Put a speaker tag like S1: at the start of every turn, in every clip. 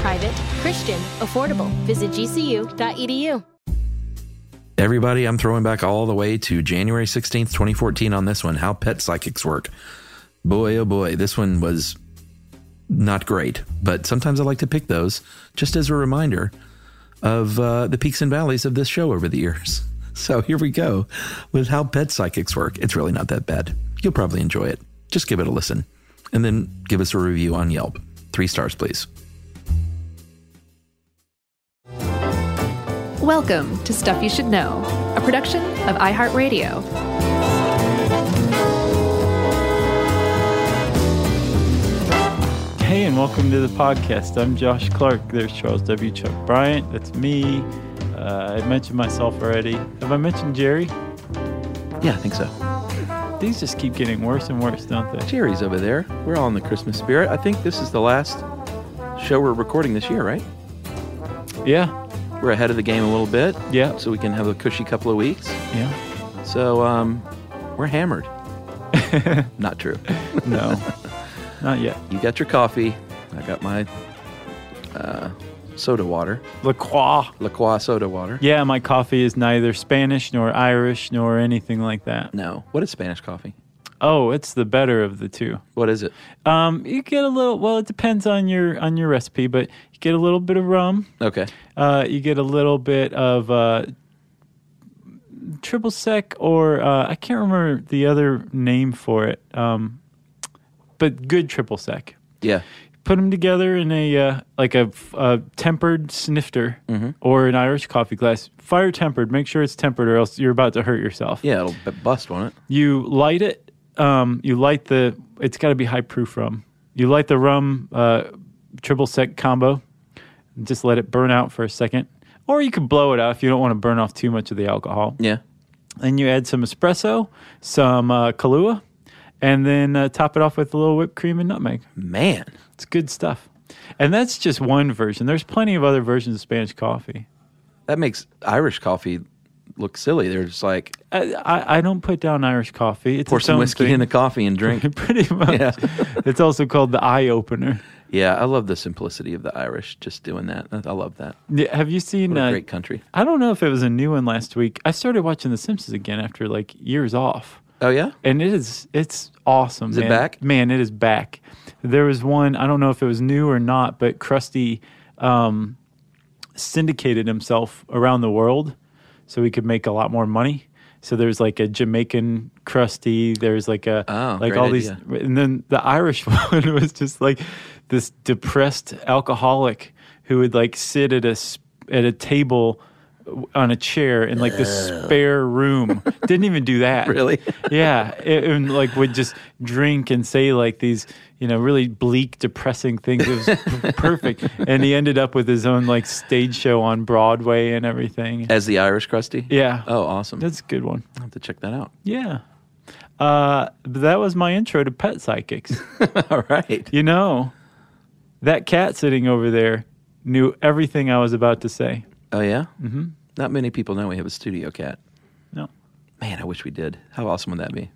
S1: Private, Christian, affordable. Visit gcu.edu.
S2: Everybody, I'm throwing back all the way to January 16th, 2014 on this one How Pet Psychics Work. Boy, oh boy, this one was not great, but sometimes I like to pick those just as a reminder of uh, the peaks and valleys of this show over the years. So here we go with How Pet Psychics Work. It's really not that bad. You'll probably enjoy it. Just give it a listen and then give us a review on Yelp. Three stars, please.
S3: Welcome to Stuff You Should Know, a production of iHeartRadio.
S4: Hey, and welcome to the podcast. I'm Josh Clark. There's Charles W. Chuck Bryant. That's me. Uh, I mentioned myself already. Have I mentioned Jerry?
S5: Yeah, I think so.
S4: These just keep getting worse and worse, don't they?
S5: Jerry's over there. We're all in the Christmas spirit. I think this is the last show we're recording this year, right?
S4: Yeah,
S5: We're ahead of the game a little bit.
S4: Yeah.
S5: So we can have a cushy couple of weeks.
S4: yeah.
S5: So um, we're hammered. Not true.
S4: No, not yet.
S5: You got your coffee. I got my uh, soda water,
S4: La Croix.
S5: La Croix soda water.
S4: Yeah, my coffee is neither Spanish nor Irish nor anything like that.
S5: No. What is Spanish coffee?
S4: Oh, it's the better of the two.
S5: What is it?
S4: Um, you get a little. Well, it depends on your on your recipe, but you get a little bit of rum.
S5: Okay.
S4: Uh, you get a little bit of uh, triple sec, or uh, I can't remember the other name for it. Um, but good triple sec.
S5: Yeah.
S4: Put them together in a uh, like a, uh tempered snifter or an Irish coffee glass. Fire tempered. Make sure it's tempered, or else you're about to hurt yourself.
S5: Yeah, it'll b- bust, won't it?
S4: You light it. Um, you light the. It's got to be high proof rum. You light the rum uh, triple sec combo. And just let it burn out for a second, or you can blow it out if you don't want to burn off too much of the alcohol.
S5: Yeah.
S4: And you add some espresso, some uh, Kahlua, and then uh, top it off with a little whipped cream and nutmeg.
S5: Man.
S4: It's good stuff. And that's just one version. There's plenty of other versions of Spanish coffee.
S5: That makes Irish coffee look silly. They're just like
S4: I, I, I don't put down Irish coffee. It's
S5: pour
S4: its
S5: some
S4: own
S5: whiskey
S4: thing.
S5: in the coffee and drink.
S4: Pretty much.
S5: Yeah.
S4: it's also called the eye opener.
S5: yeah, I love the simplicity of the Irish just doing that. I love that.
S4: Yeah, Have you seen?
S5: What a
S4: uh,
S5: great country.
S4: I don't know if it was a new one last week. I started watching The Simpsons again after like years off,
S5: Oh yeah?
S4: and it is it's awesome.
S5: Is it
S4: man.
S5: back?
S4: Man, it is back. There was one I don't know if it was new or not, but Krusty um, syndicated himself around the world so he could make a lot more money. So there's like a Jamaican Krusty. There's like a
S5: Oh,
S4: like
S5: great
S4: all these,
S5: idea.
S4: and then the Irish one was just like this depressed alcoholic who would like sit at a s- at a table on a chair in like this spare room. Didn't even do that.
S5: Really?
S4: yeah, it, and like would just drink and say like these, you know, really bleak, depressing things. It was p- perfect, and he ended up with his own like stage show on Broadway and everything.
S5: As the Irish crusty?
S4: Yeah.
S5: Oh, awesome.
S4: That's a good one.
S5: I'll have to check that out.
S4: Yeah. Uh, but that was my intro to pet psychics.
S5: All right.
S4: you know, that cat sitting over there knew everything I was about to say.
S5: Oh yeah? Mm-hmm. Not many people know we have a studio cat.
S4: No.
S5: Man, I wish we did. How awesome would that be?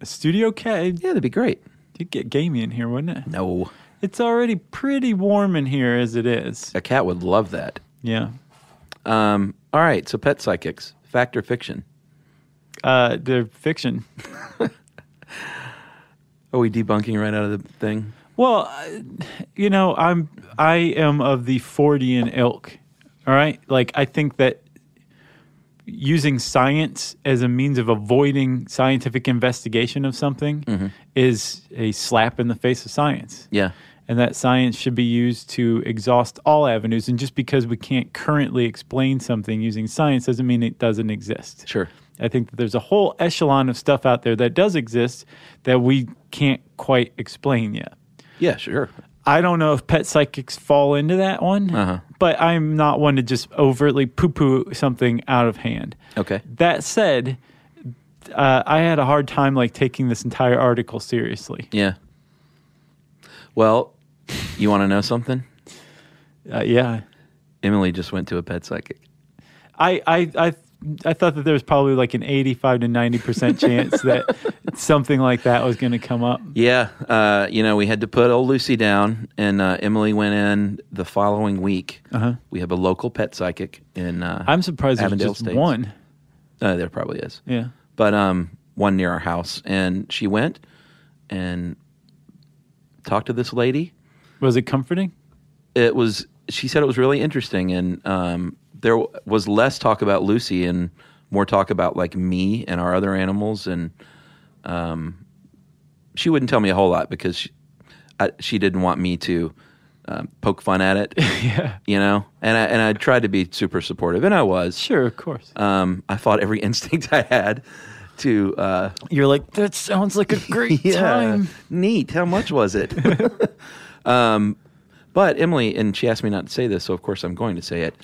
S4: A studio cat,
S5: Yeah, that'd be great.
S4: you'd get gamey in here, wouldn't it?
S5: No.
S4: It's already pretty warm in here as it is.
S5: A cat would love that.
S4: Yeah.
S5: Um, all right, so pet psychics, fact or fiction?
S4: Uh, they're fiction.
S5: Are we debunking right out of the thing?
S4: Well, I- you know, I'm I am of the Fordian ilk. All right, like I think that using science as a means of avoiding scientific investigation of something is a slap in the face of science.
S5: Mm-hmm. Yeah.
S4: And that science should be used to exhaust all avenues. And just because we can't currently explain something using science doesn't mean it doesn't exist.
S5: Sure.
S4: I think that there's a whole echelon of stuff out there that does exist that we can't quite explain yet.
S6: Yeah, sure.
S4: I don't know if pet psychics fall into that one, but I'm not one to just overtly poo poo something out of hand.
S5: Okay.
S4: That said, uh, I had a hard time like taking this entire article seriously.
S5: Yeah. Well, you want to know something?
S4: Uh, yeah,
S5: Emily just went to a pet psychic.
S4: I, I, I, I thought that there was probably like an 85 to 90 percent chance that something like that was going to come up.
S5: Yeah, uh, you know, we had to put old Lucy down, and uh, Emily went in the following week. Uh-huh. We have a local pet psychic in. Uh,
S4: I'm surprised there's
S5: Avondale
S4: just
S5: Estates.
S4: one.
S5: Uh, there probably is,
S4: Yeah.
S5: but um, one near our house, and she went and talked to this lady.
S4: Was it comforting?
S5: It was. She said it was really interesting, and um, there w- was less talk about Lucy and more talk about like me and our other animals, and um, she wouldn't tell me a whole lot because she, I, she didn't want me to um, poke fun at it. yeah, you know, and I and I tried to be super supportive, and I was.
S4: Sure, of course.
S5: Um, I fought every instinct I had to. Uh,
S4: You're like that sounds like a great time.
S5: Neat. How much was it? um, but Emily, and she asked me not to say this, so of course I'm going to say it.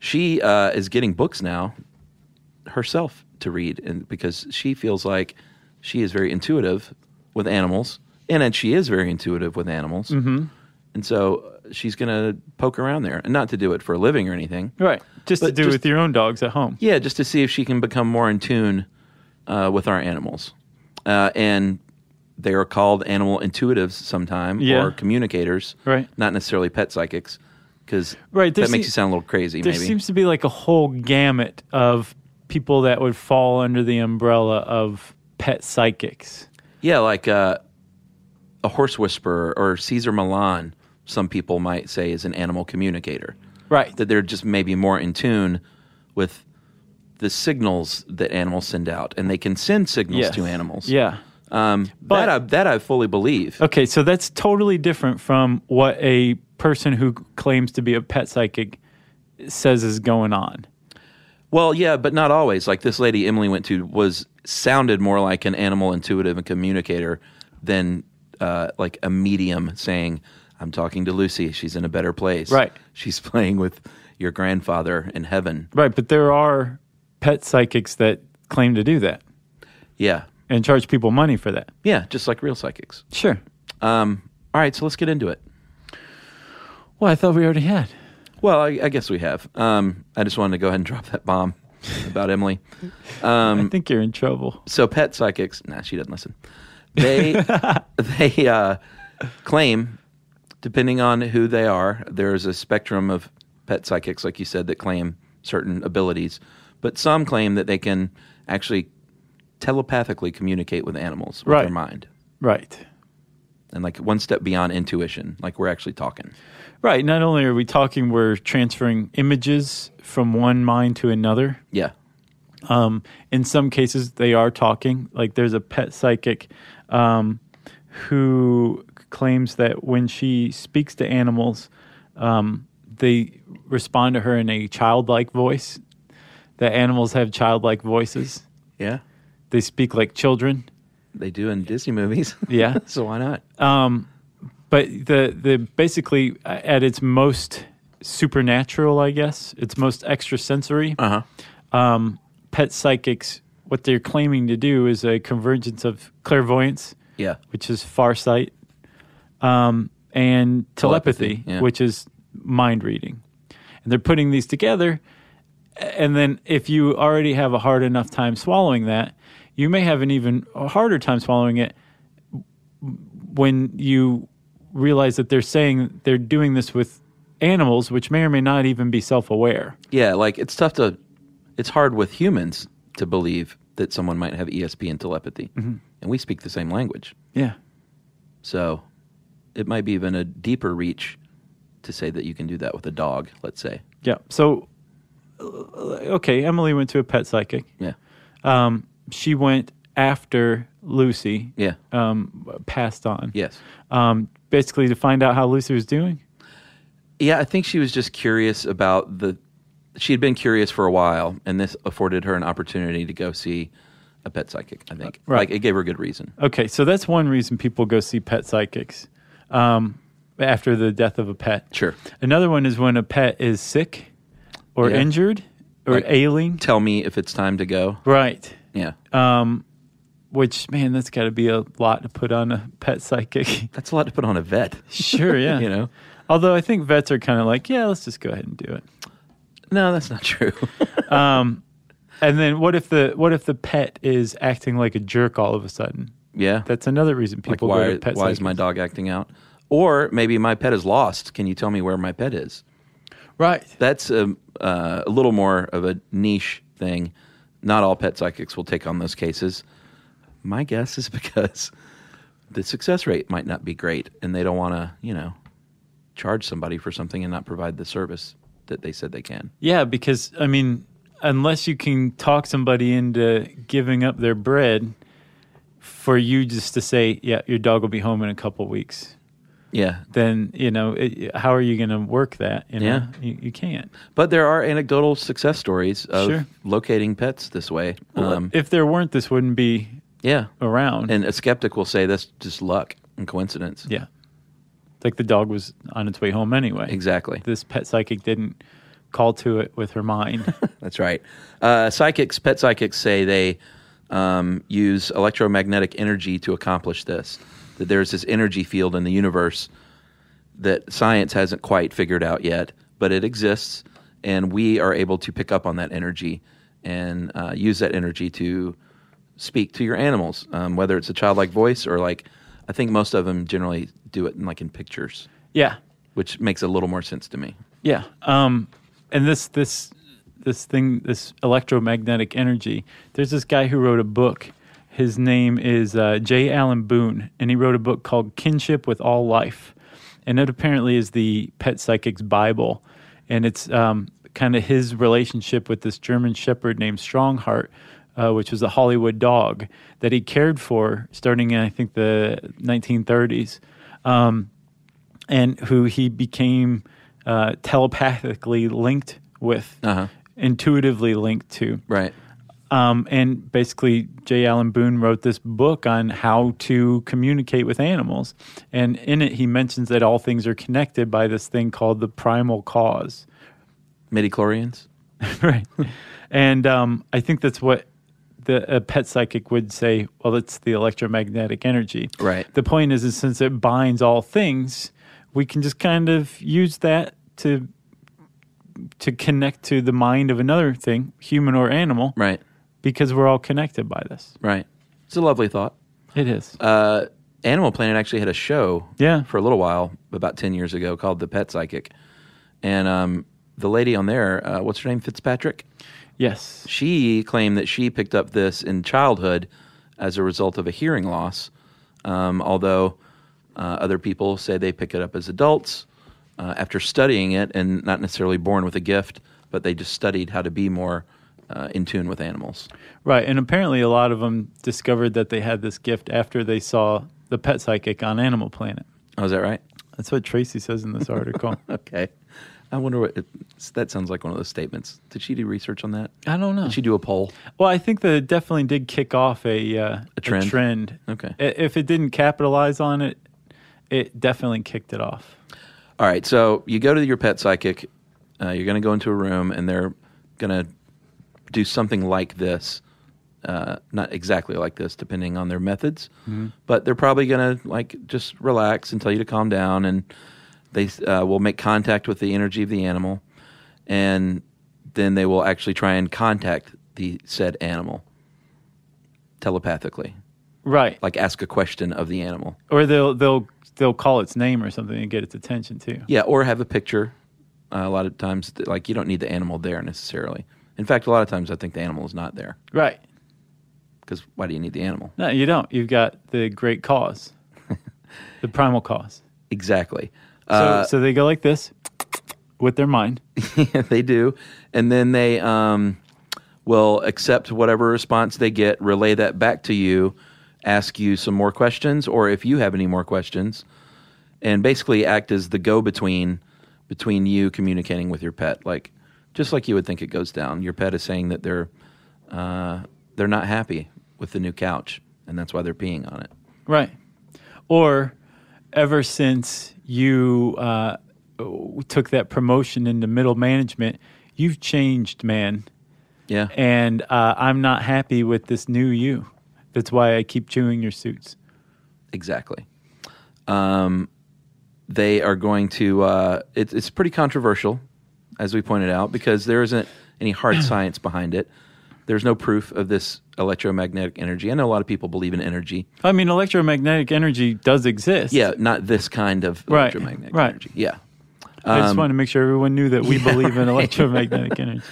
S5: she uh, is getting books now herself to read, and because she feels like she is very intuitive with animals, and then she is very intuitive with animals, mm-hmm. and so uh, she's going to poke around there, and not to do it for a living or anything,
S4: Right. Just to
S5: But
S4: do
S5: just-
S4: with your own dogs at home.
S5: yeah, just to see if she can become more in tune uh, with our animals. Uh, and they are called animal intuitives sometime
S4: Yeah.
S5: or communicators,
S4: Right.
S5: Not necessarily pet psychics, because
S4: Right, there
S5: that makes
S4: se-
S5: you sound a little crazy,
S4: There
S5: maybe.
S4: seems to be like a whole gamut of people that would fall under the umbrella of pet psychics.
S5: yeah, like uh, a horse whisperer or Caesar Milan. Some people might say is an animal communicator.
S4: Right.
S5: That they're just maybe more in tune with the signals that animals send out, and they can send signals to animals.
S4: Yeah.
S5: Um,
S4: But-
S5: that I, that I fully believe.
S4: Okay, so that's totally different from what a person who claims to be a pet psychic says is going on.
S5: Well, yeah, but not always. Like this lady Emily went to was sounded more like an animal intuitive and communicator than uh, like a medium saying, "I'm talking to Lucy. She's in a better place.
S4: Right.
S5: She's playing with your grandfather in heaven."
S4: Right, but there are pet psychics that claim to do that
S5: Yeah,
S4: and charge people money for that.
S5: yeah, just like real psychics.
S4: Sure.
S5: Um, all right, so let's get into it.
S4: Well, I thought we already had.
S5: Well, I, I guess we have. Um, I just wanted to go ahead and drop that bomb about Emily. Mm.
S4: I think you're in trouble.
S5: so pet psychics nah she doesn't listen they they uh, claim depending on who they are there's a spectrum of pet psychics like you said that claim certain abilities but some claim that they can actually telepathically communicate with animals with their
S4: Right.
S5: mind
S4: Right.
S5: and like one step beyond intuition like we're actually talking
S4: Right. Not only are we talking, we're transferring images from one mind to another.
S5: yeah
S4: In some cases, they are talking. Like there's a pet psychic um, who claims that when she speaks to animals, um, they respond to her in a childlike voice. That animals have childlike voices.
S5: yeah
S4: They speak like children.
S5: they do in disney movies
S4: Yeah. Uh,
S5: so why not
S4: but the the basically uh, at its most supernatural, I guess, its most extrasensory.
S5: Uh-huh.
S4: Um, pet psychics, what they're claiming to do is a convergence of clairvoyance,
S5: yeah
S4: which is farsight, um, and telepathy,
S5: Telepathy, yeah.
S4: which is mind reading, and they're putting these together. And then, if you already have a hard enough time swallowing that, you may have an even harder time swallowing it when you realize that they're saying they're doing this with animals, which may or may not even be self aware.
S5: Yeah, like it's tough to, it's hard with humans to believe that someone might have ESP and telepathy,
S4: Mm-hmm.
S5: and we speak the same language,
S4: Yeah.
S5: so it might be even a deeper reach to say that you can do that with a dog. Let's say,
S4: Yeah. So okay, Emily went to a pet psychic.
S5: Yeah.
S4: She went after Lucy
S5: Yeah.
S4: um, passed on.
S5: yes.
S4: Um, basically to find out how Lucy was doing.
S5: Yeah, I think she was just curious about the. She had been curious for a while, and this afforded her an opportunity to go see a pet psychic. I think,
S4: Uh, Right. Uh,
S5: like, it gave her good reason.
S4: Okay, so that's one reason people go see pet psychics um, after the death of a pet.
S5: Sure.
S4: Another one is when a pet is sick or
S5: Yeah.
S4: injured or
S5: Like-
S4: ailing.
S5: Tell me if it's time to go.
S4: Right.
S5: Yeah,
S4: Which, man, that's got to be a lot to put on a pet psychic.
S5: that's a lot to put on a vet.
S4: sure, yeah.
S5: You know,
S4: Although I think vets are kind of like, yeah, let's just go ahead and do it.
S5: no, that's not true.
S4: And then what if the what if the pet is acting like a jerk all of a sudden?
S5: yeah,
S4: That's another reason
S5: like
S4: people go
S5: why?
S4: to pet
S5: Why is
S4: psychics.
S5: my dog acting out? Or maybe my pet is lost. Can you tell me where my pet is?
S4: right.
S5: That's a, uh, a little more of a niche thing. Not all pet psychics will take on those cases. My guess is because the success rate might not be great and they don't want to, you know, charge somebody for something and not provide the service that they said they can.
S4: Yeah, because I mean, unless you can talk somebody into giving up their bread for you just to say, "Yeah, your dog will be home in a couple weeks,"
S5: Yeah.
S4: then you know it, how are you going to work that? You know?
S5: Yeah.
S4: you, you can't.
S5: But there are anecdotal success stories of
S4: Sure.
S5: locating pets this way. Um,
S4: if there weren't, this wouldn't be
S5: yeah.
S4: around.
S5: And a skeptic will say that's just luck and coincidence.
S4: yeah, like the dog was on its way home anyway.
S5: Exactly.
S4: This pet psychic didn't call to it with her mind.
S5: That's right. Uh, psychics, pet psychics say they um, use electromagnetic energy to accomplish this. That there's this energy field in the universe that science hasn't quite figured out yet, but it exists, and we are able to pick up on that energy and uh, use that energy to speak to your animals, um, whether it's a childlike voice or like I think most of them generally do it in like in pictures,
S4: yeah,
S5: which makes a little more sense to me.
S4: Yeah. Um, and this this this thing this electromagnetic energy. There's this guy who wrote a book. His name is uh, J. Allen Boone, and he wrote a book called Kinship with All Life, and it apparently is the pet psychic's bible, and it's um, kind of his relationship with this German shepherd named Strongheart. Uh, which was a Hollywood dog that he cared for starting in, I think, the 1930s and who he became uh, telepathically linked with, intuitively linked to.
S5: Right.
S4: Um, and basically, J. Allen Boone wrote this book on how to communicate with animals. And in it, he mentions that all things are connected by this thing called the primal cause.
S5: Midichlorians?
S4: right. And um, I think that's what the a pet psychic would say. Well, it's the electromagnetic energy.
S5: Right.
S4: The point is, is since it binds all things, we can just kind of use that to to connect to the mind of another thing, human or animal,
S5: Right.
S4: because we're all connected by this.
S5: Right. It's a lovely thought.
S4: It is.
S5: Uh, Animal Planet actually had a show
S4: Yeah.
S5: for a little while, about 10 years ago, called The Pet Psychic. And um, the lady on there, uh, what's her name? Fitzpatrick?
S4: yes.
S5: She claimed that she picked up this in childhood as a result of a hearing loss, um, although uh, other people say they pick it up as adults uh, after studying it and not necessarily born with a gift, but they just studied how to be more uh, in tune with animals.
S4: Right, and apparently a lot of them discovered that they had this gift after they saw the pet psychic on Animal Planet.
S5: Oh, is that right?
S4: That's what Tracy says in this article.
S5: Okay. I wonder what it, that sounds like. One of those statements. Did she do research on that?
S4: I don't know.
S5: Did she do a poll?
S4: Well, I think that it definitely did kick off a uh, a
S5: trend?
S4: trend.
S5: Okay.
S4: I- If it didn't capitalize on it, it definitely kicked it off.
S5: All right. So you go to your pet psychic. Uh, you're going to go into a room, and they're going to do something like this. Uh, not exactly like this, depending on their methods, but they're probably going to like just relax and tell you to calm down, and they uh, will make contact with the energy of the animal, and then they will actually try and contact the said animal telepathically.
S4: Right.
S5: like ask a question of the animal.
S4: Or they'll they'll they'll call its name or something and get its attention too.
S5: Yeah, or have a picture. Uh, a lot of times, th- like you don't need the animal there necessarily. In fact, a lot of times I think the animal is not there
S4: Right.
S5: because why do you need the animal?
S4: No, you don't. You've got the great cause, the primal cause.
S5: Exactly.
S4: So
S5: Uh,
S4: so they go like this, with their mind.
S5: they do, and then they um, will accept whatever response they get, relay that back to you, ask you some more questions, or if you have any more questions, and basically act as the go-between between you communicating with your pet, like just like you would think it goes down. Your pet is saying that they're uh, they're not happy with the new couch, and that's why they're peeing on it.
S4: Right. Or ever since you uh, took that promotion into middle management, you've changed, man.
S5: Yeah,
S4: And uh, I'm not happy with this new you. That's why I keep chewing your suits.
S5: Exactly. Um, they are going to. Uh, it, it's pretty controversial, as we pointed out, because there isn't any hard science behind it. There's no proof of this electromagnetic energy. I know a lot of people believe in energy.
S4: I mean, electromagnetic energy does exist.
S5: Yeah, not this kind of
S4: Right,
S5: electromagnetic
S4: right.
S5: energy. Yeah,
S4: I just wanted to make sure everyone knew that we believe in electromagnetic energy.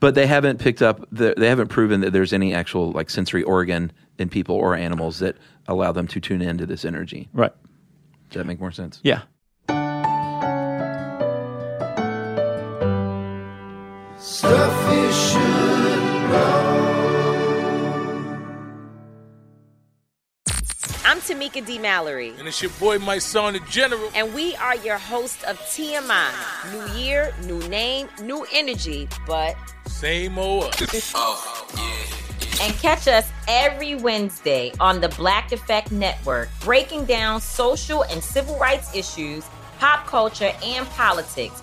S5: but they haven't picked up. The, they haven't proven that there's any actual like sensory organ in people or animals that allow them to tune into this energy.
S4: Right.
S5: Does that make more sense?
S4: Yeah.
S7: I'm Tamika D. Mallory,
S8: And it's your boy, my son, the general.
S7: and we are your hosts of TMI. New year, new name, new energy, but.
S8: Same old us.
S7: And catch us every Wednesday on the Black Effect Network, breaking down social and civil rights issues, pop culture, and politics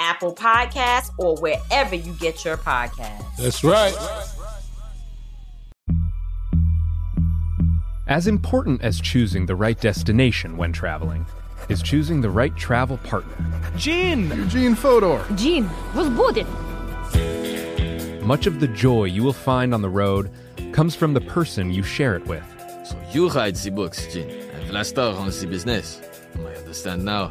S7: Apple Podcasts, or wherever you get your podcasts.
S8: That's right.
S9: As important as choosing the right destination when traveling is choosing the right travel partner.
S10: Eugene Fodor.
S1: Gene, возбудит.
S9: Much of the joy you will find on the road comes from the person you share it with.
S11: So you write the books, Jin, and Vlastar runs the business. I understand now.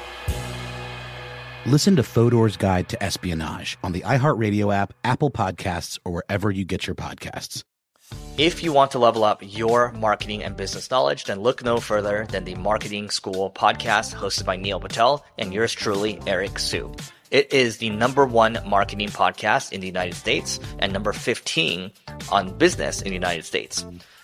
S12: Listen to Fodor's Guide to Espionage on the iHeartRadio app, Apple Podcasts, or wherever you get your podcasts.
S10: If you want to level up your marketing and business knowledge, then look no further than the Marketing School podcast hosted by Neil Patel and yours truly, Eric Sue. It is the number one marketing podcast in the United States and number 15 on business in the United States.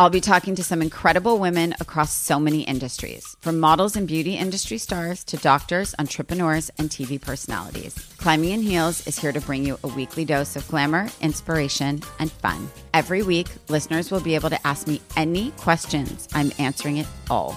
S7: I'll be talking to some incredible women across so many industries, from models and beauty industry stars to doctors, entrepreneurs, and TV personalities. Climbing in Heels is here to bring you a weekly dose of glamour, inspiration, and fun. Every week, listeners will be able to ask me any questions. I'm answering it all.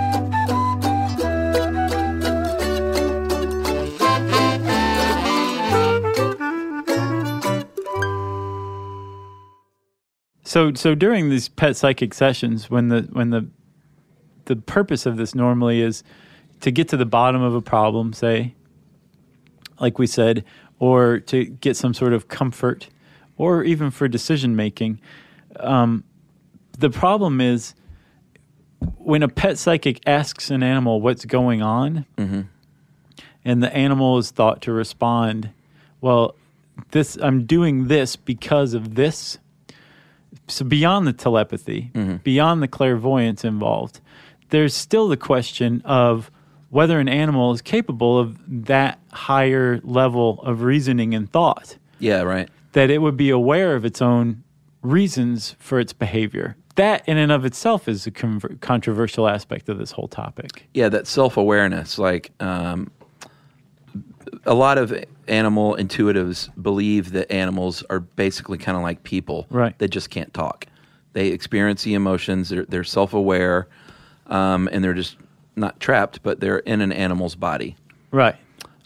S4: So so during these pet psychic sessions, when the when the the purpose of this normally is to get to the bottom of a problem, say, like we said, or to get some sort of comfort, or even for decision making. Um, the problem is when a pet psychic asks an animal what's going on,
S5: Mhm.
S4: and the animal is thought to respond, "Well, this I'm doing this because of this." So beyond the telepathy, beyond the clairvoyance involved, there's still the question of whether an animal is capable of that higher level of reasoning and thought
S5: Yeah, right.
S4: that it would be aware of its own reasons for its behavior. That, in and of itself, is a con- controversial aspect of this whole topic.
S5: Yeah, that self awareness. Like um, a lot of animal intuitives believe that animals are basically kind of like people.
S4: Right.
S5: They just can't talk. They experience the emotions. They're, they're self aware, um, and they're just not trapped, but they're in an animal's body.
S4: Right.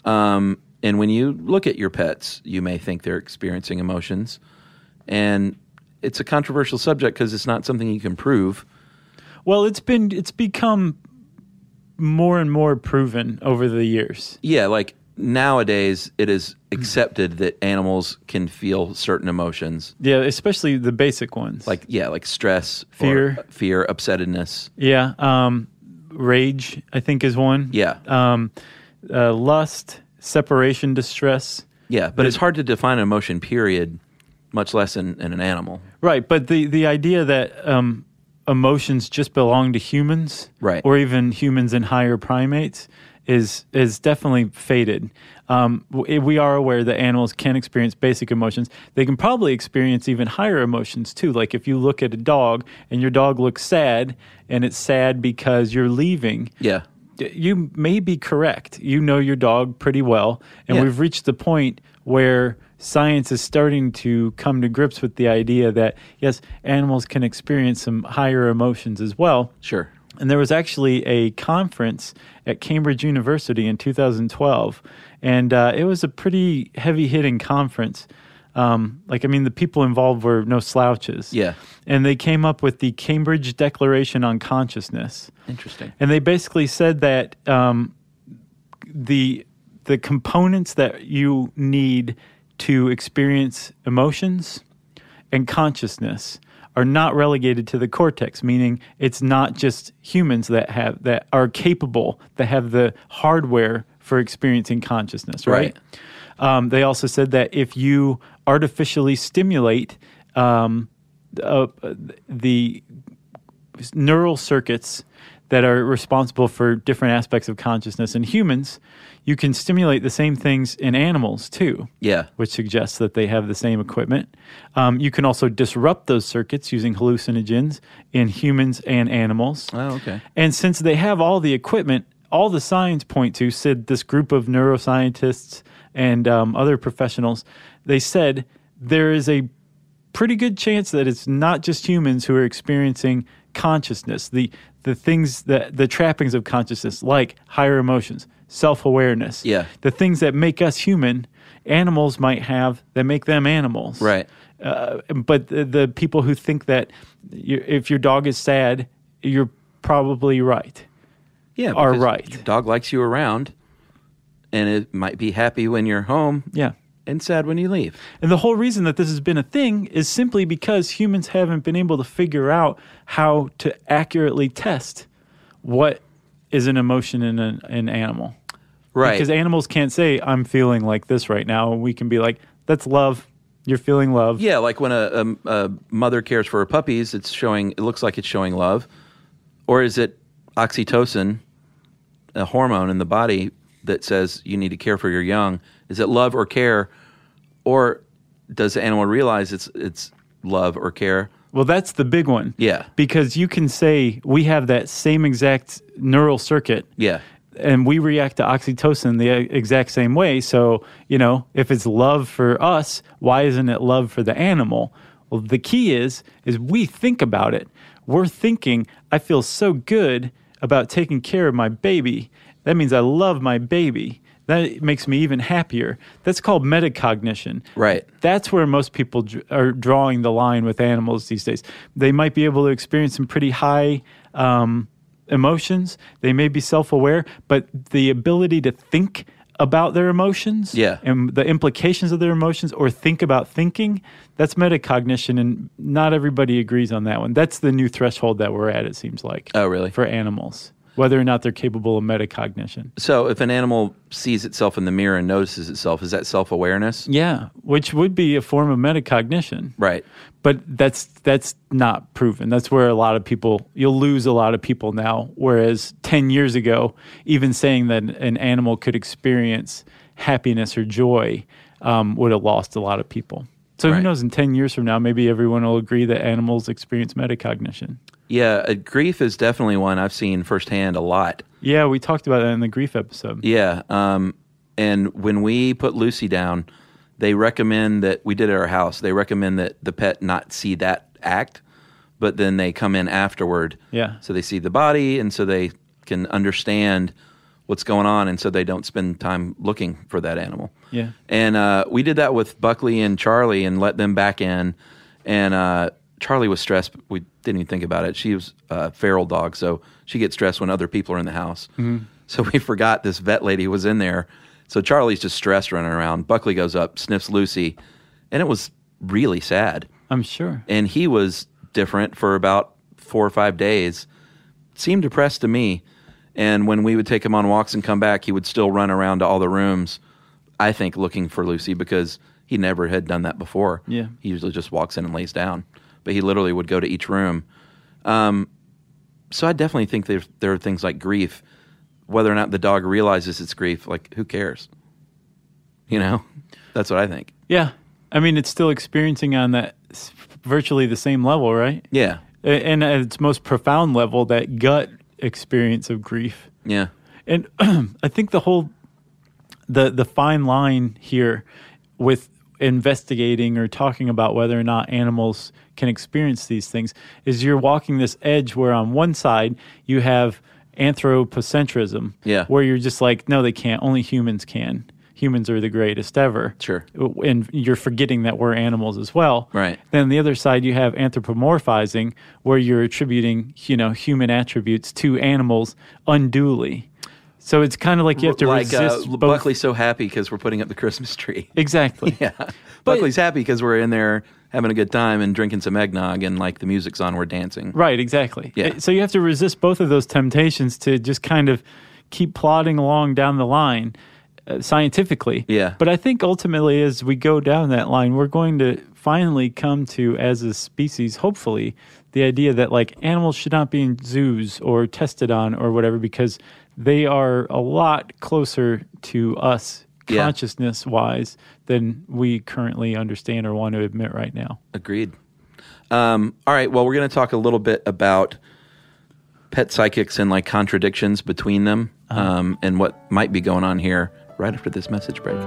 S5: Um, and when you look at your pets, you may think they're experiencing emotions, and it's a controversial subject because it's not something you can prove.
S4: Well, it's been it's become more and more proven over the years.
S5: Yeah, like nowadays it is accepted that animals can feel certain emotions.
S4: Yeah, especially the basic ones.
S5: Like yeah, like stress, or
S4: Fear.
S5: fear, upsettedness.
S4: Yeah, um, rage I think is one.
S5: Yeah.
S4: um, uh, lust, separation, distress.
S5: Yeah, but it's hard to define an emotion period, much less in, in an animal.
S4: Right, but the the idea that um, emotions just belong to humans,
S5: Right.
S4: or even humans and higher primates, is is definitely faded. Um, w- we are aware that animals can experience basic emotions. They can probably experience even higher emotions too. Like if you look at a dog and your dog looks sad, and it's sad because you're leaving,
S5: Yeah.
S4: D- you may be correct. You know your dog pretty well, and
S5: Yeah.
S4: we've reached the point where science is starting to come to grips with the idea that yes, animals can experience some higher emotions as well.
S5: Sure.
S4: And there was actually a conference at Cambridge University in 2012, and uh, it was a pretty heavy hitting conference. Um, like, I mean, the people involved were no slouches.
S5: Yeah.
S4: And they came up with the Cambridge Declaration on Consciousness.
S5: Interesting.
S4: And they basically said that um, the the components that you need to experience emotions and consciousness are not relegated to the cortex, meaning it's not just humans that have that are capable that have the hardware for experiencing consciousness, right? Um, they also said that if you artificially stimulate um, uh, the neural circuits that are responsible for different aspects of consciousness in humans, you can stimulate the same things in animals too.
S5: Yeah.
S4: Which suggests that they have the same equipment. Um, you can also disrupt those circuits using hallucinogens in humans and animals.
S5: Oh, okay.
S4: And since they have all the equipment, all the signs point to said this group of neuroscientists and um, other professionals. They said there is a pretty good chance that it's not just humans who are experiencing consciousness, the the things that the trappings of consciousness, like higher emotions, self awareness,
S5: Yeah.
S4: the things that make us human. Animals might have that make them animals,
S5: Right.
S4: uh, but the, the people who think that you, if your dog is sad, you're probably right.
S5: Yeah.
S4: are
S5: because
S4: right.
S5: Your dog likes you around and it might be happy when you're home.
S4: Yeah.
S5: And sad when you leave.
S4: And the whole reason that this has been a thing is simply because humans haven't been able to figure out how to accurately test what is an emotion in an, an animal.
S5: Right.
S4: Because animals can't say, I'm feeling like this right now. And we can be like, that's love. You're feeling love.
S5: Yeah, like when a, a, a mother cares for her puppies, it's showing. It looks like it's showing love, or is it oxytocin, a hormone in the body that says you need to care for your young? Is it love or care, or does the animal realize it's it's love or care.
S4: Well, that's the big one.
S5: Yeah.
S4: Because you can say we have that same exact neural circuit.
S5: Yeah.
S4: And we react to oxytocin the exact same way. So, you know, if it's love for us, why isn't it love for the animal? Well, the key is is we think about it. We're thinking, I feel so good about taking care of my baby. That means I love my baby. That makes me even happier. That's called metacognition.
S5: Right.
S4: That's where most people dr- are drawing the line with animals these days. They might be able to experience some pretty high um, emotions. They may be self aware, but the ability to think about their emotions
S5: Yeah.
S4: and the implications of their emotions or think about thinking that's metacognition and not everybody agrees on that one that's the new threshold that we're at it seems like
S5: oh really
S4: for animals whether or not they're capable of metacognition
S5: So if an animal sees itself in the mirror and notices itself, is that self awareness?
S4: Yeah, which would be a form of metacognition.
S5: Right.
S4: But that's that's not proven. That's where a lot of people you'll lose a lot of people now. Whereas ten years ago, even saying that an animal could experience happiness or joy um, would have lost a lot of people. So who knows? In ten years from now, maybe everyone will agree that animals experience metacognition.
S5: Yeah, uh, grief is definitely one I've seen firsthand a lot.
S4: Yeah, we talked about that in the grief episode.
S5: Yeah. Um, and when we put Lucy down, they recommend that we did it at our house. They recommend that the pet not see that act, but then they come in afterward.
S4: Yeah.
S5: So they see the body and so they can understand what's going on and so they don't spend time looking for that animal.
S4: Yeah.
S5: And uh, we did that with Buckley and Charlie and let them back in. And uh, Charlie was stressed. But we didn't even think about it. She was a feral dog, so she gets stressed when other people are in the house.
S13: Mhm.
S5: So we forgot this vet lady was in there. So Charlie's just stressed running around. Buckley goes up, sniffs Lucy, and it was really sad.
S4: I'm sure.
S5: And he was different for about four or five days. Seemed depressed to me. And when we would take him on walks and come back, he would still run around to all the rooms, I think, looking for Lucy because he never had done that before.
S4: Yeah.
S5: He usually just walks in and lays down, but he literally would go to each room. Um, so I definitely think there, there are things like grief. Whether or not the dog realizes it's grief, like, who cares? You know? That's what I think.
S4: Yeah. I mean, it's still experiencing on that s- virtually the same level, right?
S5: Yeah.
S4: A- And at its most profound level, that gut experience of grief.
S5: Yeah.
S4: And I think the whole the the fine line here with investigating or talking about whether or not animals can experience these things is you're walking this edge where on one side you have anthropocentrism
S5: Yeah.
S4: where you're just like no they can't only humans can humans are the greatest ever
S5: sure
S4: and you're forgetting that we're animals as well
S5: Right.
S4: then the other side you have anthropomorphizing where you're attributing you know human attributes to animals unduly so it's kind of like you have to
S5: like,
S4: resist
S5: uh,
S4: both
S5: Buckley's so happy because we're putting up the Christmas tree.
S4: Exactly.
S5: yeah. Buckley's happy because we're in there having a good time and drinking some eggnog and like the music's on, we're dancing.
S4: Right, exactly.
S5: Yeah.
S4: Uh, So you have to resist both of those temptations to just kind of keep plodding along down the line uh, scientifically.
S5: Yeah.
S4: But I think ultimately, as we go down that line, we're going to finally come to, as a species, hopefully, the idea that like animals should not be in zoos or tested on or whatever because they are a lot closer to us
S5: Yeah.
S4: consciousness wise than we currently understand or want to admit right now.
S5: Agreed. Um, all right. Well, we're going to talk a little bit about pet psychics and like contradictions between them
S4: Uh-huh.
S5: um, and what might be going on here right after this message break.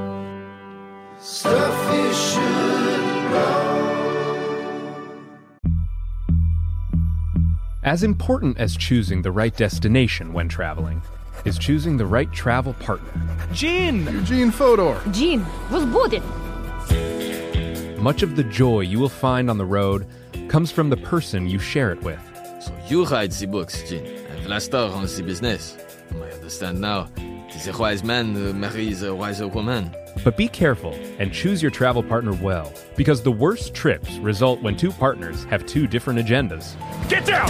S14: Stuff you should
S9: As important as choosing the right destination when traveling is choosing the right travel partner.
S15: Gene! Eugene Fodor! Gene, was booted!
S9: Much of the joy you will find on the road comes from the person you share it with.
S11: So you hide the books, Jin, and Vlastar runs the business. I understand now. It is a wise man who marries a wiser woman.
S9: But be careful and choose your travel partner well, because the worst trips result when two partners have two different agendas.
S15: Get down!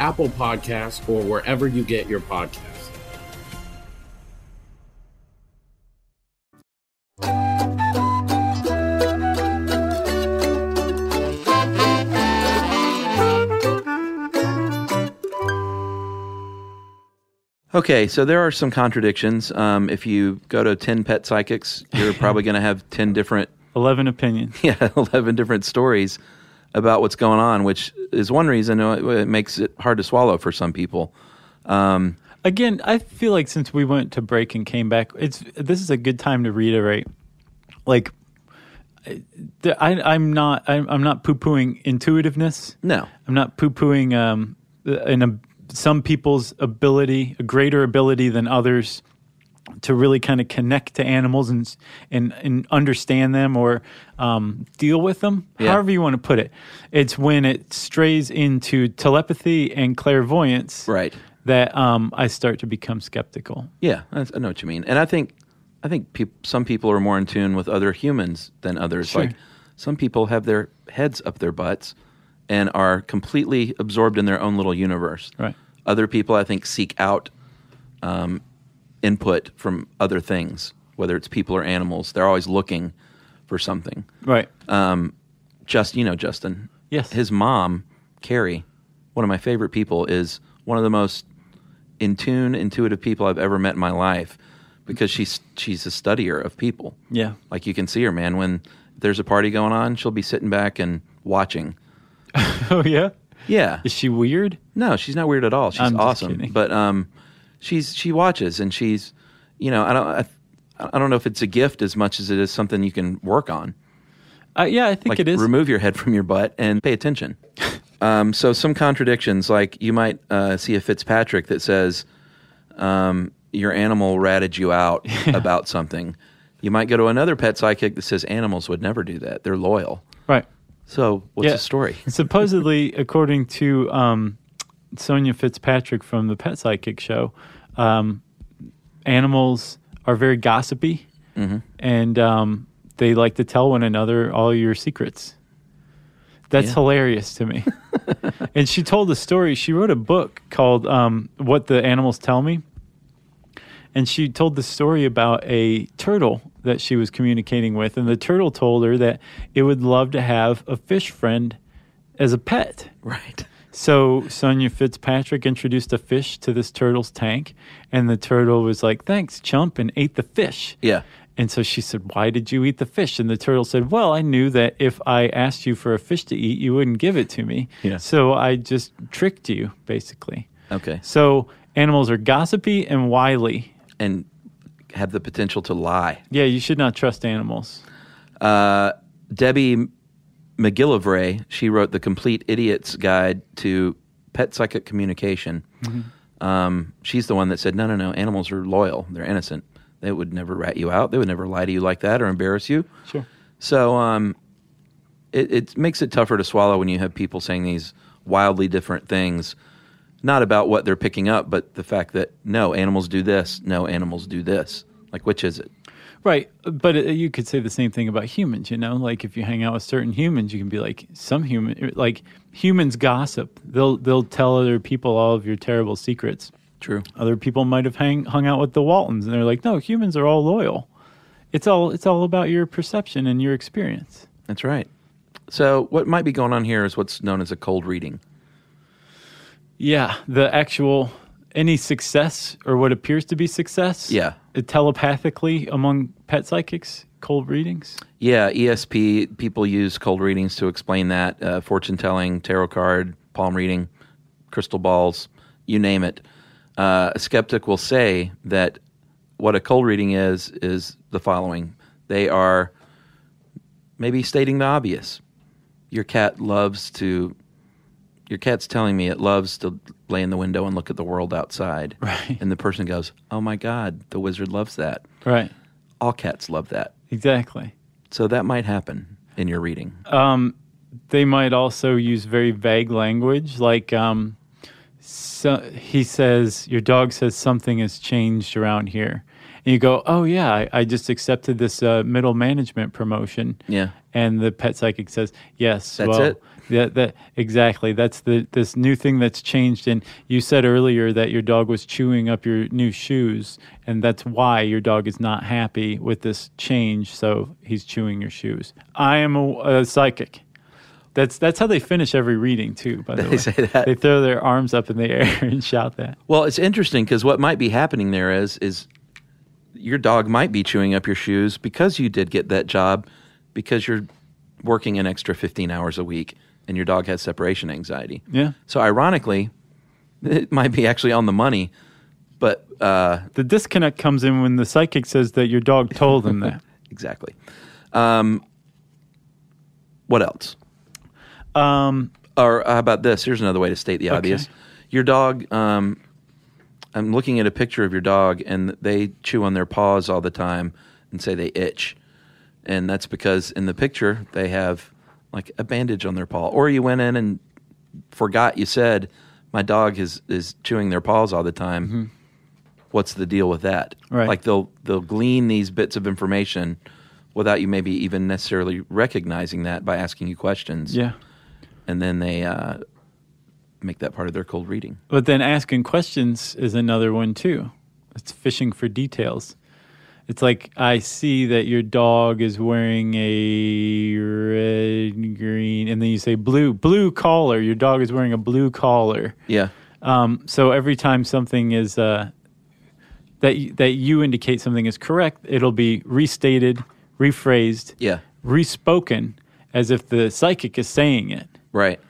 S9: Apple Podcasts, or wherever you get your podcasts.
S5: Okay, so there are some contradictions. Um, if you go to 10 pet psychics, you're probably going to have 10 different
S4: 11 opinions.
S5: yeah, 11 different stories about what's going on, which is one reason it it makes it hard to swallow for some people. Um,
S4: Again, I feel like since we went to break and came back, it's this is a good time to reiterate. Like, I, I- I'm not I'm, I'm not poo pooing intuitiveness.
S5: No,
S4: I'm not poo pooing um, in a, some people's ability, a greater ability than others, to really kind of connect to animals and and and understand them or um, deal with them,
S5: Yeah.
S4: however you want to put it. It's when it strays into telepathy and clairvoyance,
S5: right?
S4: That um, I start to become skeptical.
S5: Yeah, I, I know what you mean, and I think I think peop some people are more in tune with other humans than others.
S4: Sure.
S5: Like some people have their heads up their butts and are completely absorbed in their own little universe.
S4: Right.
S5: Other people, I think, seek out um, input from other things, whether it's people or animals. They're always looking for something.
S4: Right.
S5: Um, just you know, Justin.
S4: Yes.
S5: His mom, Carrie, one of my favorite people, is one of the most in tune, intuitive people I've ever met in my life because she's she's a studier of people.
S4: Yeah.
S5: Like you can see her, man. When there's a party going on, she'll be sitting back and watching.
S4: oh yeah.
S5: Yeah.
S4: Is she weird?
S5: No, she's not weird at all. She's
S4: I'm just
S5: awesome.
S4: kidding.
S5: But um, she's she watches and she's, you know, I don't I, I don't know if it's a gift as much as it is something you can work on.
S4: Uh, yeah, I think
S5: like,
S4: it is.
S5: Remove your head from your butt and pay attention. um, so some contradictions, like you might uh, see a Fitzpatrick that says um, your animal ratted you out about something. You might go to another pet psychic that says animals would never do that; they're loyal.
S4: Right.
S5: So what's
S4: Yeah.
S5: the story?
S4: Supposedly, according to um, Sonia Fitzpatrick from the Pet Psychic Show, um, animals are very gossipy Mm-hmm.
S5: Mhm.
S4: and um, they like to tell one another all your secrets. That's
S5: Yeah.
S4: hilarious to me. and she told a story. She wrote a book called um, What the Animals Tell Me. And she told the story about a turtle that she was communicating with. And the turtle told her that it would love to have a fish friend as a pet.
S5: Right.
S4: So Sonia Fitzpatrick introduced a fish to this turtle's tank. And the turtle was like, thanks, chump, and ate the fish.
S5: Yeah.
S4: And so she said, Why did you eat the fish? And the turtle said, Well, I knew that if I asked you for a fish to eat, you wouldn't give it to me.
S5: Yeah.
S4: So I just tricked you, basically.
S5: Okay.
S4: So animals are gossipy and wily.
S5: And have the potential to lie.
S4: Yeah, you should not trust animals.
S5: Uh, Debbie McGillivray, she wrote The Complete Idiot's Guide to Pet Psychic Communication.
S14: Mhm.
S5: Um, she's the one that said, no, no, no, animals are loyal. They're innocent. They would never rat you out. They would never lie to you like that or embarrass you.
S4: Sure.
S5: So um, it, it makes it tougher to swallow when you have people saying these wildly different things, not about what they're picking up, but the fact that, no, animals do this. No, animals do this. Like, which is it?
S4: Right. But uh, you could say the same thing about humans, you know? Like if you hang out with certain humans, you can be like some human er, like humans gossip. They'll they'll tell other people all of your terrible secrets.
S5: True.
S4: Other people might have hang, hung out with the Waltons and they're like, "No, humans are all loyal." It's all it's all about your perception and your experience.
S5: That's right. So, what might be going on here is what's known as a cold reading.
S4: Yeah, the actual any success or what appears to be success.
S5: Yeah.
S4: uh, telepathically among pet psychics, cold readings.
S5: Yeah, ESP people use cold readings to explain that uh, fortune telling, tarot card, palm reading, crystal balls, you name it. Uh, a skeptic will say that what a cold reading is is the following: they are maybe stating the obvious. Your cat loves to. Your cat's telling me it loves to lay in the window and look at the world outside. Right. And the person goes, "Oh my God, the wizard loves that."
S4: Right.
S5: All cats love that.
S4: Exactly.
S5: So that might happen in your reading.
S4: Um, they might also use very vague language, like um, so he says, "Your dog says something has changed around here," and you go, "Oh yeah, I, I just accepted this uh, middle management promotion."
S5: Yeah.
S4: and the pet psychic says, "Yes,
S5: That's
S4: well,
S5: it?
S4: That, that exactly. That's the this new thing that's changed. And you said earlier that your dog was chewing up your new shoes, and that's why your dog is not happy with this change. So he's chewing your shoes. I am a, a psychic. That's that's how they finish every reading too. By the
S5: They
S4: way,
S5: say that.
S4: they throw their arms up in the air and shout that.
S5: Well, it's interesting because what might be happening there is is your dog might be chewing up your shoes because you did get that job because you're working an extra 15 hours a week and your dog has separation anxiety.
S4: Yeah.
S5: So ironically, it might be actually on the money, but uh,
S4: The disconnect comes in when the psychic says that your dog told them that.
S5: exactly. Um, what else?
S4: Um,
S5: or how about this? Here's another way to state the
S4: Okay.
S5: obvious. Your dog. Um, I'm looking at a picture of your dog, and they chew on their paws all the time and say they itch, and that's because in the picture they have like a bandage on their paw, or you went in and forgot you said my dog is is chewing their paws all the time. What's the deal with that?
S4: Mm-hmm. Right.
S5: Like they'll they'll glean these bits of information without you maybe even necessarily recognizing that by asking you questions
S4: Yeah.
S5: and then they uh, make that part of their cold reading.
S4: But then asking questions is another one too. It's fishing for details. It's like I see that your dog is wearing a red, green, and then you say blue, blue collar. Your dog is wearing a blue collar.
S5: Yeah.
S4: Um, so every time something is uh, that y- that you indicate something is correct, it'll be restated, rephrased,
S5: yeah,
S4: respoken as if the psychic is saying it.
S5: Right.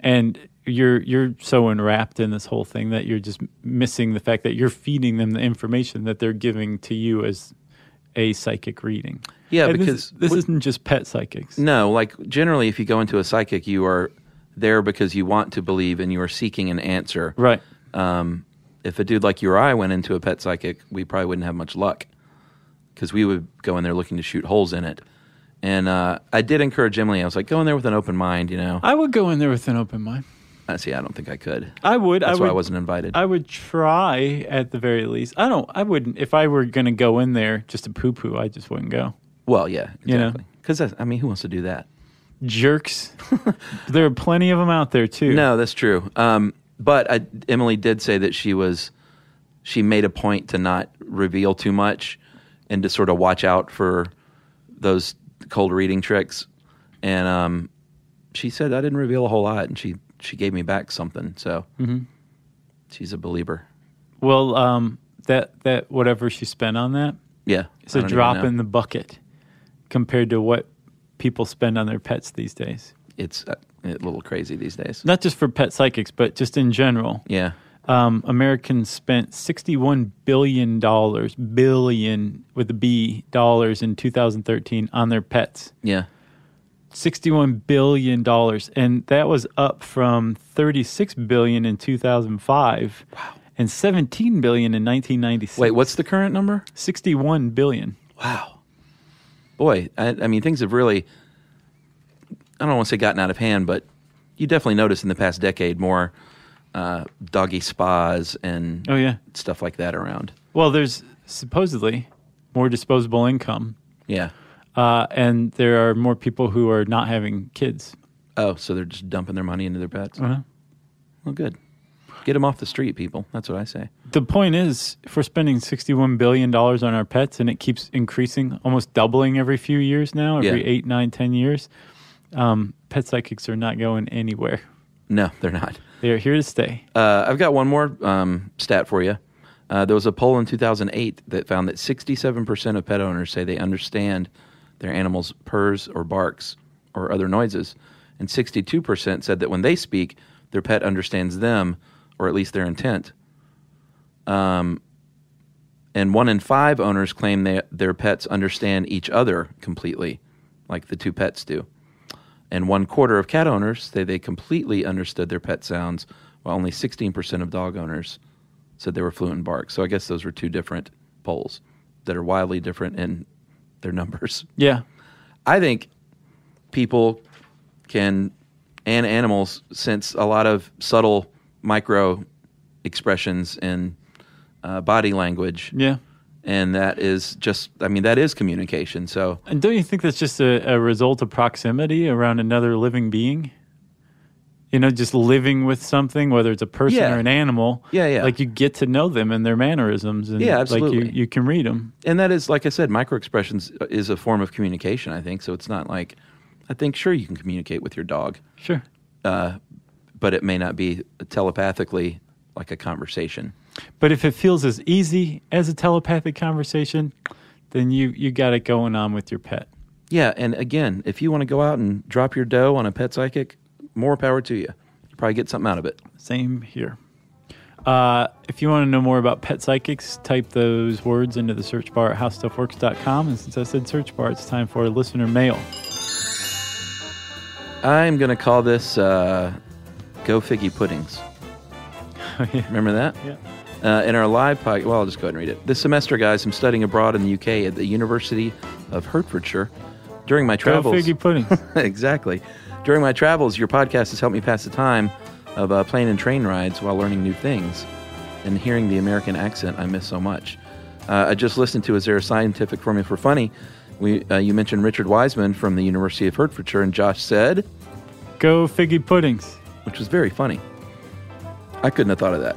S4: And you're you're so enwrapped in this whole thing that you're just missing the fact that you're feeding them the information that they're giving to you as a psychic reading.
S5: Yeah,
S4: And this-
S5: because
S4: this,
S5: what-
S4: isn't just pet psychics.
S5: No, like generally, if you go into a psychic, you are there because you want to believe and you are seeking an answer.
S4: Right.
S5: Um, if a dude like you or I went into a pet psychic, we probably wouldn't have much luck because we would go in there looking to shoot holes in it. And uh, I did encourage Emily. I was like, go in there with an open mind, you know.
S4: I would go in there with an open mind.
S5: I see. I don't think I could.
S4: I would.
S5: That's
S4: I
S5: why
S4: would,
S5: I wasn't invited.
S4: I would try at the very least. I don't. I wouldn't. If I were gonna go in there just to poo poo, I just wouldn't go.
S5: well, yeah,
S4: You know.
S5: exactly. Because I mean, who wants to do that?
S4: Jerks. there are plenty of them out there too.
S5: No, that's true. Um, but I, Emily did say that she was she made a point to not reveal too much and to sort of watch out for those cold reading tricks. And um, she said I didn't reveal a whole lot, and she she gave me back something. So
S4: Mhm.
S5: she's a believer.
S4: Well, um, that that whatever she spent on that,
S5: Yeah,
S4: it's a
S5: I don't even
S4: drop
S5: know.
S4: in the bucket compared to what people spend on their pets these days.
S5: It's uh, a little crazy these days.
S4: Not just for pet psychics, but just in general.
S5: Yeah.
S4: Um, Americans spent sixty-one billion dollars, billion with a B dollars in 2013 on their pets.
S5: Yeah.
S4: 61 billion dollars and that was up from 36 billion in 2005 wow. and 17 billion in 1996
S5: Wait, what's the current number
S4: 61 billion
S5: wow boy, I, I mean, things have really, I don't want to say gotten out of hand, but you definitely notice in the past decade more uh, doggy spas and
S4: Oh, yeah.
S5: stuff like that around.
S4: well there's supposedly more disposable income
S5: Yeah.
S4: uh, and there are more people who are not having kids
S5: Oh, so they're just dumping their money into their pets.
S4: Uh-huh.
S5: Well, good. Get them off the street, people. That's what I say.
S4: the point is if we're spending 61 billion dollars on our pets and it keeps increasing almost doubling every few years now every
S5: Yeah.
S4: eight nine ten years um, pet psychics are not going anywhere
S5: No, they're not.
S4: they're here to stay
S5: Uh, I've got one more um, stat for you. Uh, there was a poll in 2008 that found that 67% of pet owners say they understand their animals' purrs or barks or other noises, and 62% said that when they speak, their pet understands them or at least their intent. Um, and one in five owners claim that their pets understand each other completely, like the two pets do. And one quarter of cat owners say they completely understood their pet sounds, while only 16% of dog owners said they were fluent in bark. So I guess those were two different polls that are wildly different in their numbers.
S4: yeah
S5: I think people can and animals sense a lot of subtle micro expressions in uh, body language.
S4: Yeah.
S5: And that is just, I mean, that is communication. So
S4: And don't you think that's just a, a result of proximity around another living being? You know, just living with something, whether it's a person
S5: Yeah.
S4: or an animal.
S5: Yeah, yeah.
S4: Like you get to know them and their mannerisms, and
S5: Yeah,
S4: like
S5: absolutely.
S4: you, you can read them.
S5: and that is like i said microexpressions uh, is a form of communication i think so it's not like i think sure you can communicate with your dog
S4: Sure.
S5: uh, but it may not be telepathically like a conversation
S4: But if it feels as easy as a telepathic conversation, then you you got it going on with your pet.
S5: yeah and again if you want to go out and drop your dough on a pet psychic more power to you you probably get something out of it
S4: Same here. Uh, if you want to know more about pet psychics, type those words into the search bar at howstuffworks.com. And since I said search bar, it's time for listener mail.
S5: i'm going to call this uh, go figgy puddings remember that
S4: Yeah.
S5: uh, in our live podcast. Well, I'll just go ahead and read it. This semester, guys, I'm studying abroad in the UK at the University of Hertfordshire. During my travels,
S4: figgy pudding.
S5: exactly. During my travels, your podcast has helped me pass the time of uh, plane and train rides while learning new things and hearing the American accent I miss so much. Uh, I just listened to Is There a Scientific Formula for Funny? We, uh, you mentioned Richard Wiseman from the University of Hertfordshire, and Josh said,
S4: Go figgy puddings.
S5: Which was very funny. I couldn't have thought of that.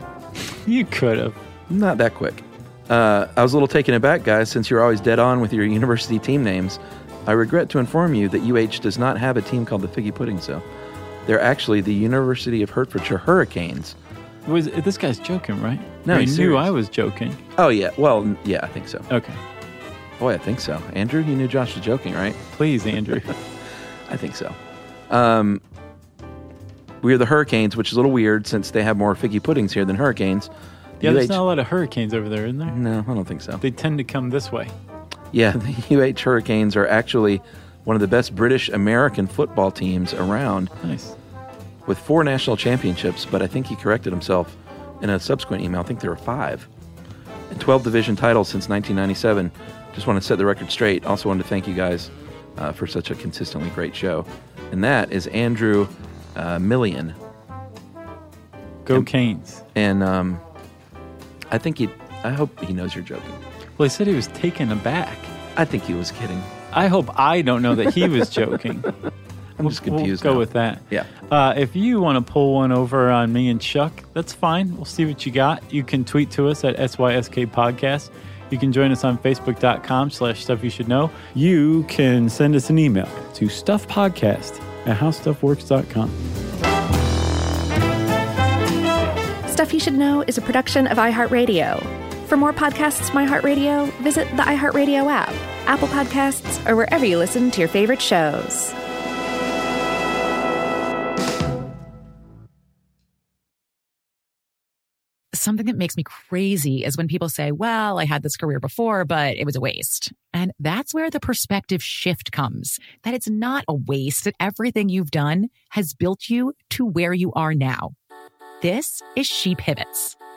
S4: You could have.
S5: Not that quick. Uh, I was a little taken aback, guys, since you're always dead on with your university team names. I regret to inform you that UH does not have a team called the Figgy Pudding So. They're actually the University of Hertfordshire Hurricanes.
S4: Was this guy's joking, right?
S5: No,
S4: Or he
S5: he's
S4: knew
S5: serious.
S4: I was joking.
S5: Oh, yeah. Well, n- yeah, I think so.
S4: Okay.
S5: Boy, I think so. Andrew, you knew Josh was joking, right?
S4: Please, Andrew.
S5: I think so. Um, we are the Hurricanes, which is a little weird since they have more Figgy Puddings here than Hurricanes. The
S4: Yeah, there's
S5: UH
S4: not a lot of hurricanes over there, isn't there?
S5: No, I don't think so.
S4: They tend to come this way.
S5: Yeah, the UH Hurricanes are actually one of the best British American football teams around.
S4: Nice.
S5: With four national championships, but I think he corrected himself in a subsequent email. I think there were five. And 12 division titles since 1997. Just want to set the record straight. Also, wanted to thank you guys uh, for such a consistently great show. And that is Andrew uh, Millian.
S4: Go Canes.
S5: And um, I think he, I hope he knows you're joking.
S4: Well, he said he was taken aback.
S5: I think he was kidding.
S4: I hope I don't know that he was joking.
S5: I'm just confused.
S4: We'll go
S5: now.
S4: with that.
S5: Yeah.
S4: Uh, if you want to pull one over on me and Chuck, that's fine. We'll see what you got. You can tweet to us at SYSK Podcast. You can join us on Facebook.com slash Stuff You Should Know. You can send us an email to StuffPodcast at HowStuffWorks.com.
S3: Stuff You Should Know is a production of iHeartRadio. For more podcasts from iHeartRadio, visit the iHeartRadio app, Apple Podcasts, or wherever you listen to your favorite shows.
S10: Something that makes me crazy is when people say, Well, I had this career before, but it was a waste. And that's where the perspective shift comes that it's not a waste, that everything you've done has built you to where you are now. This is She Pivots,